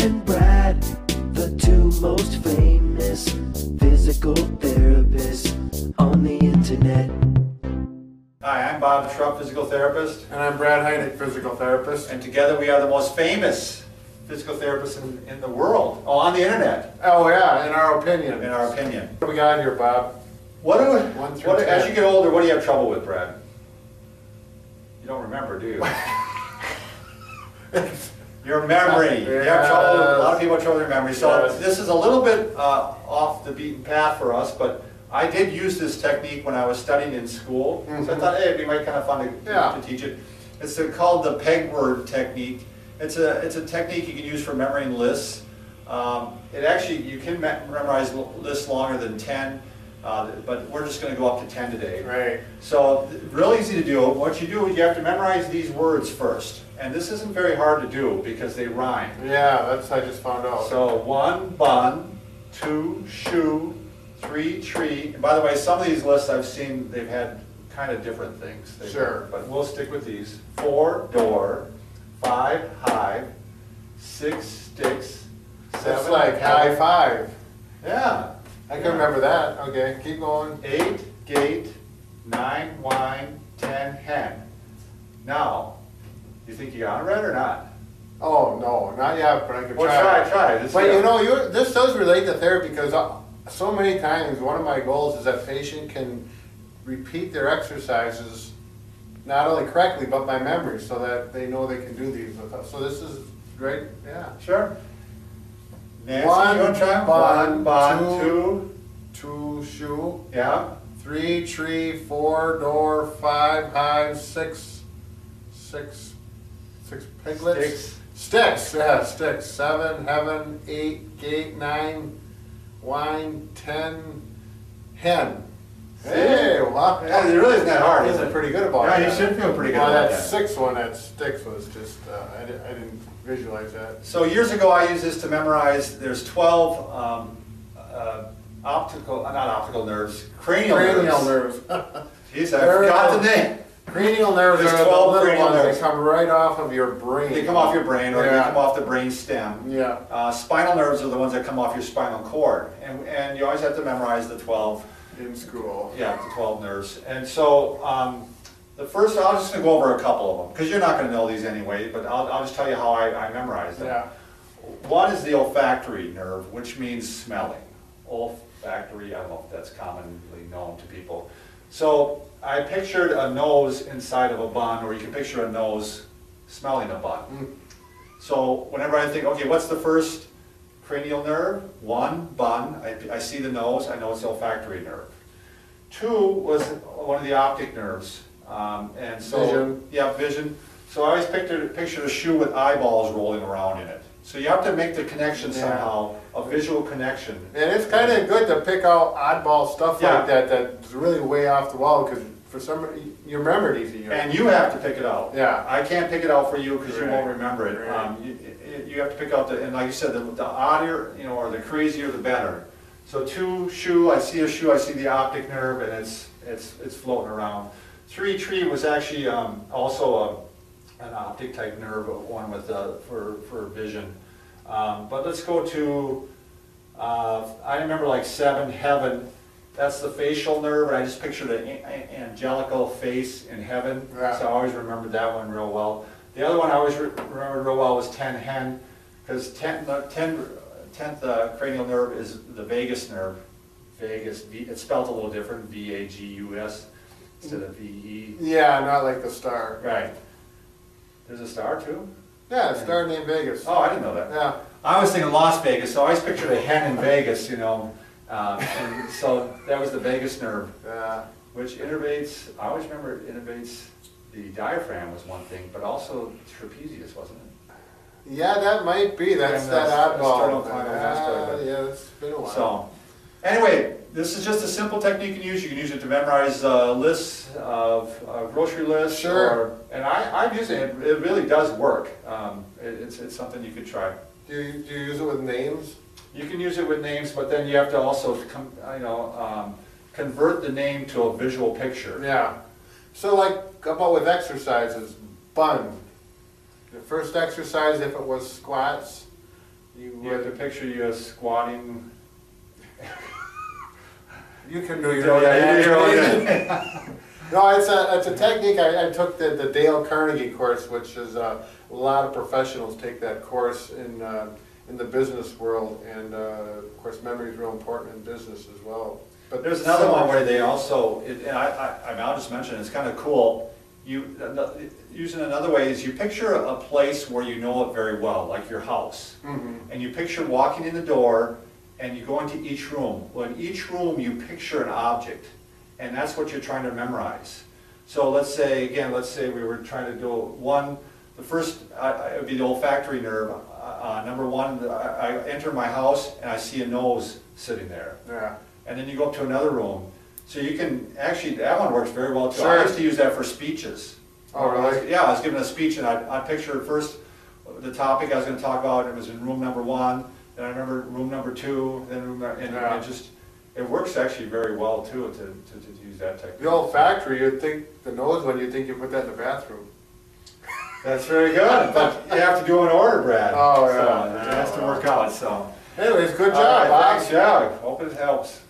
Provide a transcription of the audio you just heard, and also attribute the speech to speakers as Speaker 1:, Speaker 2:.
Speaker 1: and Brad, the two most famous physical therapists on the internet.
Speaker 2: Hi, I'm Bob Trupp, physical therapist,
Speaker 3: And I'm Brad Heineck, physical therapist.
Speaker 2: and together we are the most famous physical therapists in, in the world, oh, on the internet,
Speaker 3: Oh yeah, in our opinion.
Speaker 2: in our opinion.
Speaker 3: What do we got here, Bob?
Speaker 2: What do,
Speaker 3: One through
Speaker 2: what, do- as
Speaker 3: ten.
Speaker 2: you get older, what do you have trouble with, Brad? You don't remember, do you? Your memory. You have trouble. A lot of people have trouble with their memory. So
Speaker 3: Yes.
Speaker 2: this is a little bit uh, off the beaten path for us, but I did use this technique when I was studying in school. So I
Speaker 3: Mhm.
Speaker 2: thought, hey, it'd be might kind of fun to,
Speaker 3: Yeah.
Speaker 2: to teach it. It's uh, called the peg word technique. It's a it's a technique you can use for memorizing lists. Um, it actually you can me- memorize l- lists longer than ten, uh, but we're just going to go up to ten today.
Speaker 3: Right.
Speaker 2: So, th- real easy to do. What you do, you have to memorize these words first. And this isn't very hard to do because they rhyme.
Speaker 3: Yeah, that's I just found out.
Speaker 2: So, one bun, two shoe, three tree. And by the way, some of these lists I've seen, they've had kind of different things. They've-
Speaker 3: Sure.
Speaker 2: But we'll stick with these. Four door, five hive, six sticks,
Speaker 3: that's
Speaker 2: seven.
Speaker 3: like high five.
Speaker 2: Yeah.
Speaker 3: I can remember that. Okay, keep going.
Speaker 2: Eight gate, nine wine, ten hen. Now, you think you got it right or not?
Speaker 3: Oh no, not yet, but I could
Speaker 2: Well,
Speaker 3: try.
Speaker 2: try, try. This-
Speaker 3: But you know, you this does relate to therapy because uh, so many times one of my goals is that patient can repeat their exercises not only correctly but by memory, so that they know they can do these with us. So this is great. Yeah.
Speaker 2: Sure. Nancy,
Speaker 3: One
Speaker 2: you wanna try? One
Speaker 3: bun,
Speaker 2: bun,
Speaker 3: two-
Speaker 2: two,
Speaker 3: Two shoe,
Speaker 2: yeah,
Speaker 3: three tree, four door, five hive, six, six, six piglets.
Speaker 2: Sticks.
Speaker 3: Sticks, yeah, sticks. Seven, heaven, eight, gate, nine, wine, ten, hen. Hey, wow.
Speaker 2: Yeah, it really isn't that hard, is
Speaker 3: Feeling
Speaker 2: it?
Speaker 3: Pretty good about
Speaker 2: Yeah,
Speaker 3: that.
Speaker 2: you should feel pretty good
Speaker 3: Well,
Speaker 2: about
Speaker 3: that
Speaker 2: that.
Speaker 3: sixth one, that sticks was just, uh, I di- I didn't visualize that.
Speaker 2: So years ago, I used this to memorize, there's twelve, um, uh, optical, uh, not optical nerves, cranial nerves.
Speaker 3: Cranial nerves.
Speaker 2: Jeez, I forgot the name.
Speaker 3: Cranial nerves
Speaker 2: There's
Speaker 3: are the
Speaker 2: 12
Speaker 3: little
Speaker 2: cranial
Speaker 3: ones
Speaker 2: nerves.
Speaker 3: that come right off of your brain.
Speaker 2: They come off your brain or they
Speaker 3: Yeah.
Speaker 2: come off the brain stem.
Speaker 3: Yeah.
Speaker 2: Uh, spinal nerves are the ones that come off your spinal cord. And, and you always have to memorize the twelve
Speaker 3: in school.
Speaker 2: Yeah, the 12 nerves. And so, um, the first, I'm just gonna go over a couple of them, because you're not gonna know these anyway, but I'll, I'll just tell you how I, I memorize them.
Speaker 3: Yeah.
Speaker 2: One is the olfactory nerve, which means smelling. Olfactory, I don't know if that's commonly known to people. So I pictured a nose inside of a bun, or you can picture a nose smelling a bun. So whenever I think, okay, what's the first cranial nerve? One, bun, I, I see the nose, I know it's the olfactory nerve. Two was one of the optic nerves, um, and so.
Speaker 3: Vision.
Speaker 2: Yeah, vision. So I always pictured, pictured a shoe with eyeballs rolling around in it. So you have to make the connection
Speaker 3: Yeah.
Speaker 2: somehow, a visual connection.
Speaker 3: And it's kind of good to pick out oddball stuff
Speaker 2: Yeah.
Speaker 3: like that that's really way off the wall because for some you remember it easy.
Speaker 2: And you have to pick it out.
Speaker 3: Yeah.
Speaker 2: I can't pick it out for you because you won't
Speaker 3: Right.
Speaker 2: remember it.
Speaker 3: Right.
Speaker 2: Um, you, you- you have to pick out the, and like you said, the, the odder, you know, or the crazier, the better. So two, shoe, I see a shoe, I see the optic nerve, and it's, it's, it's floating around. Three, tree was actually, um, also a, an optic type nerve, one with, uh, for, for vision. Um, but let's go to, uh, I remember like seven, heaven, that's the facial nerve, and I just pictured an a- a- angelical face in heaven.
Speaker 3: Yeah.
Speaker 2: So I always remembered that one real well. The other one I always re- remembered real well was ten hen, because ten, the ten, tenth uh, cranial nerve is the vagus nerve. Vagus, V- it's spelled a little different, V A G U S instead of V E.
Speaker 3: yeah, not like the star.
Speaker 2: Right. There's a star too?
Speaker 3: Yeah, star named Vegas.
Speaker 2: Oh, I didn't know that.
Speaker 3: Yeah.
Speaker 2: I was thinking Las Vegas, so I always pictured a hen in Vegas, you know. Uh, and so that was the vagus nerve.
Speaker 3: Yeah.
Speaker 2: Which innervates, I always remember it innervates the diaphragm was one thing, but also trapezius, wasn't it?
Speaker 3: Yeah, that might be. That's
Speaker 2: And
Speaker 3: that
Speaker 2: that's- that's
Speaker 3: oddball.
Speaker 2: sternal climax asteroid, but-
Speaker 3: yeah, it's been a while.
Speaker 2: So, anyway, this is just a simple technique you can use. You can use it to memorize uh, lists of uh, grocery lists.
Speaker 3: Sure.
Speaker 2: or- And I, I'm using it, it really does work. Um, it- It's, it's something you could try.
Speaker 3: do you, do you use it with names?
Speaker 2: You can use it with names, but then you have to also, com- you know, um, convert the name to a visual picture.
Speaker 3: Yeah. So like about with exercises, bun. The first exercise, if it was squats, You
Speaker 2: You have to
Speaker 3: would,
Speaker 2: picture you squatting.
Speaker 3: you can do your
Speaker 2: Yeah,
Speaker 3: own.
Speaker 2: yeah, you do your own
Speaker 3: adaptation. No, it's a, it's a technique, I, I took the, the Dale Carnegie course, which is, uh, a lot of professionals take that course in, uh, in the business world, and, uh, of course, memory is real important in business as well. But
Speaker 2: But there's another one
Speaker 3: similar-
Speaker 2: where they also, it- and I, I, I mean, I'll just mention, it's kind of cool. You, ano- using another way is you picture a place where you know it very well, like your house.
Speaker 3: Mhm.
Speaker 2: And you picture walking in the door and you go into each room. Well, in each room, you picture an object. And that's what you're trying to memorize. So let's say, again, let's say we were trying to do one, the first, I- I- it would be the olfactory nerve. Uh, uh, Number one, I I enter my house and I see a nose sitting there
Speaker 3: Yeah,
Speaker 2: and then you go up to another room. So you can, actually, that one works very well too. I
Speaker 3: Sure.
Speaker 2: used to use that for speeches.
Speaker 3: Oh, really?
Speaker 2: Yeah, I was giving a speech and I, I pictured first the topic I was gonna talk about, and it was in room number one, then I remember room number two, then room, nu- and
Speaker 3: Yeah.
Speaker 2: it just, it works actually very well too, to, to, to use that technique.
Speaker 3: the old factory, you'd think, the nose one, you'd think you put that in the bathroom.
Speaker 2: That's very good, but you have to do an order, Brad.
Speaker 3: Oh, yeah.
Speaker 2: So It has to work out, so.
Speaker 3: Anyways, good
Speaker 2: All right,
Speaker 3: job, Bob.
Speaker 2: Thanks, yeah, hope it helps.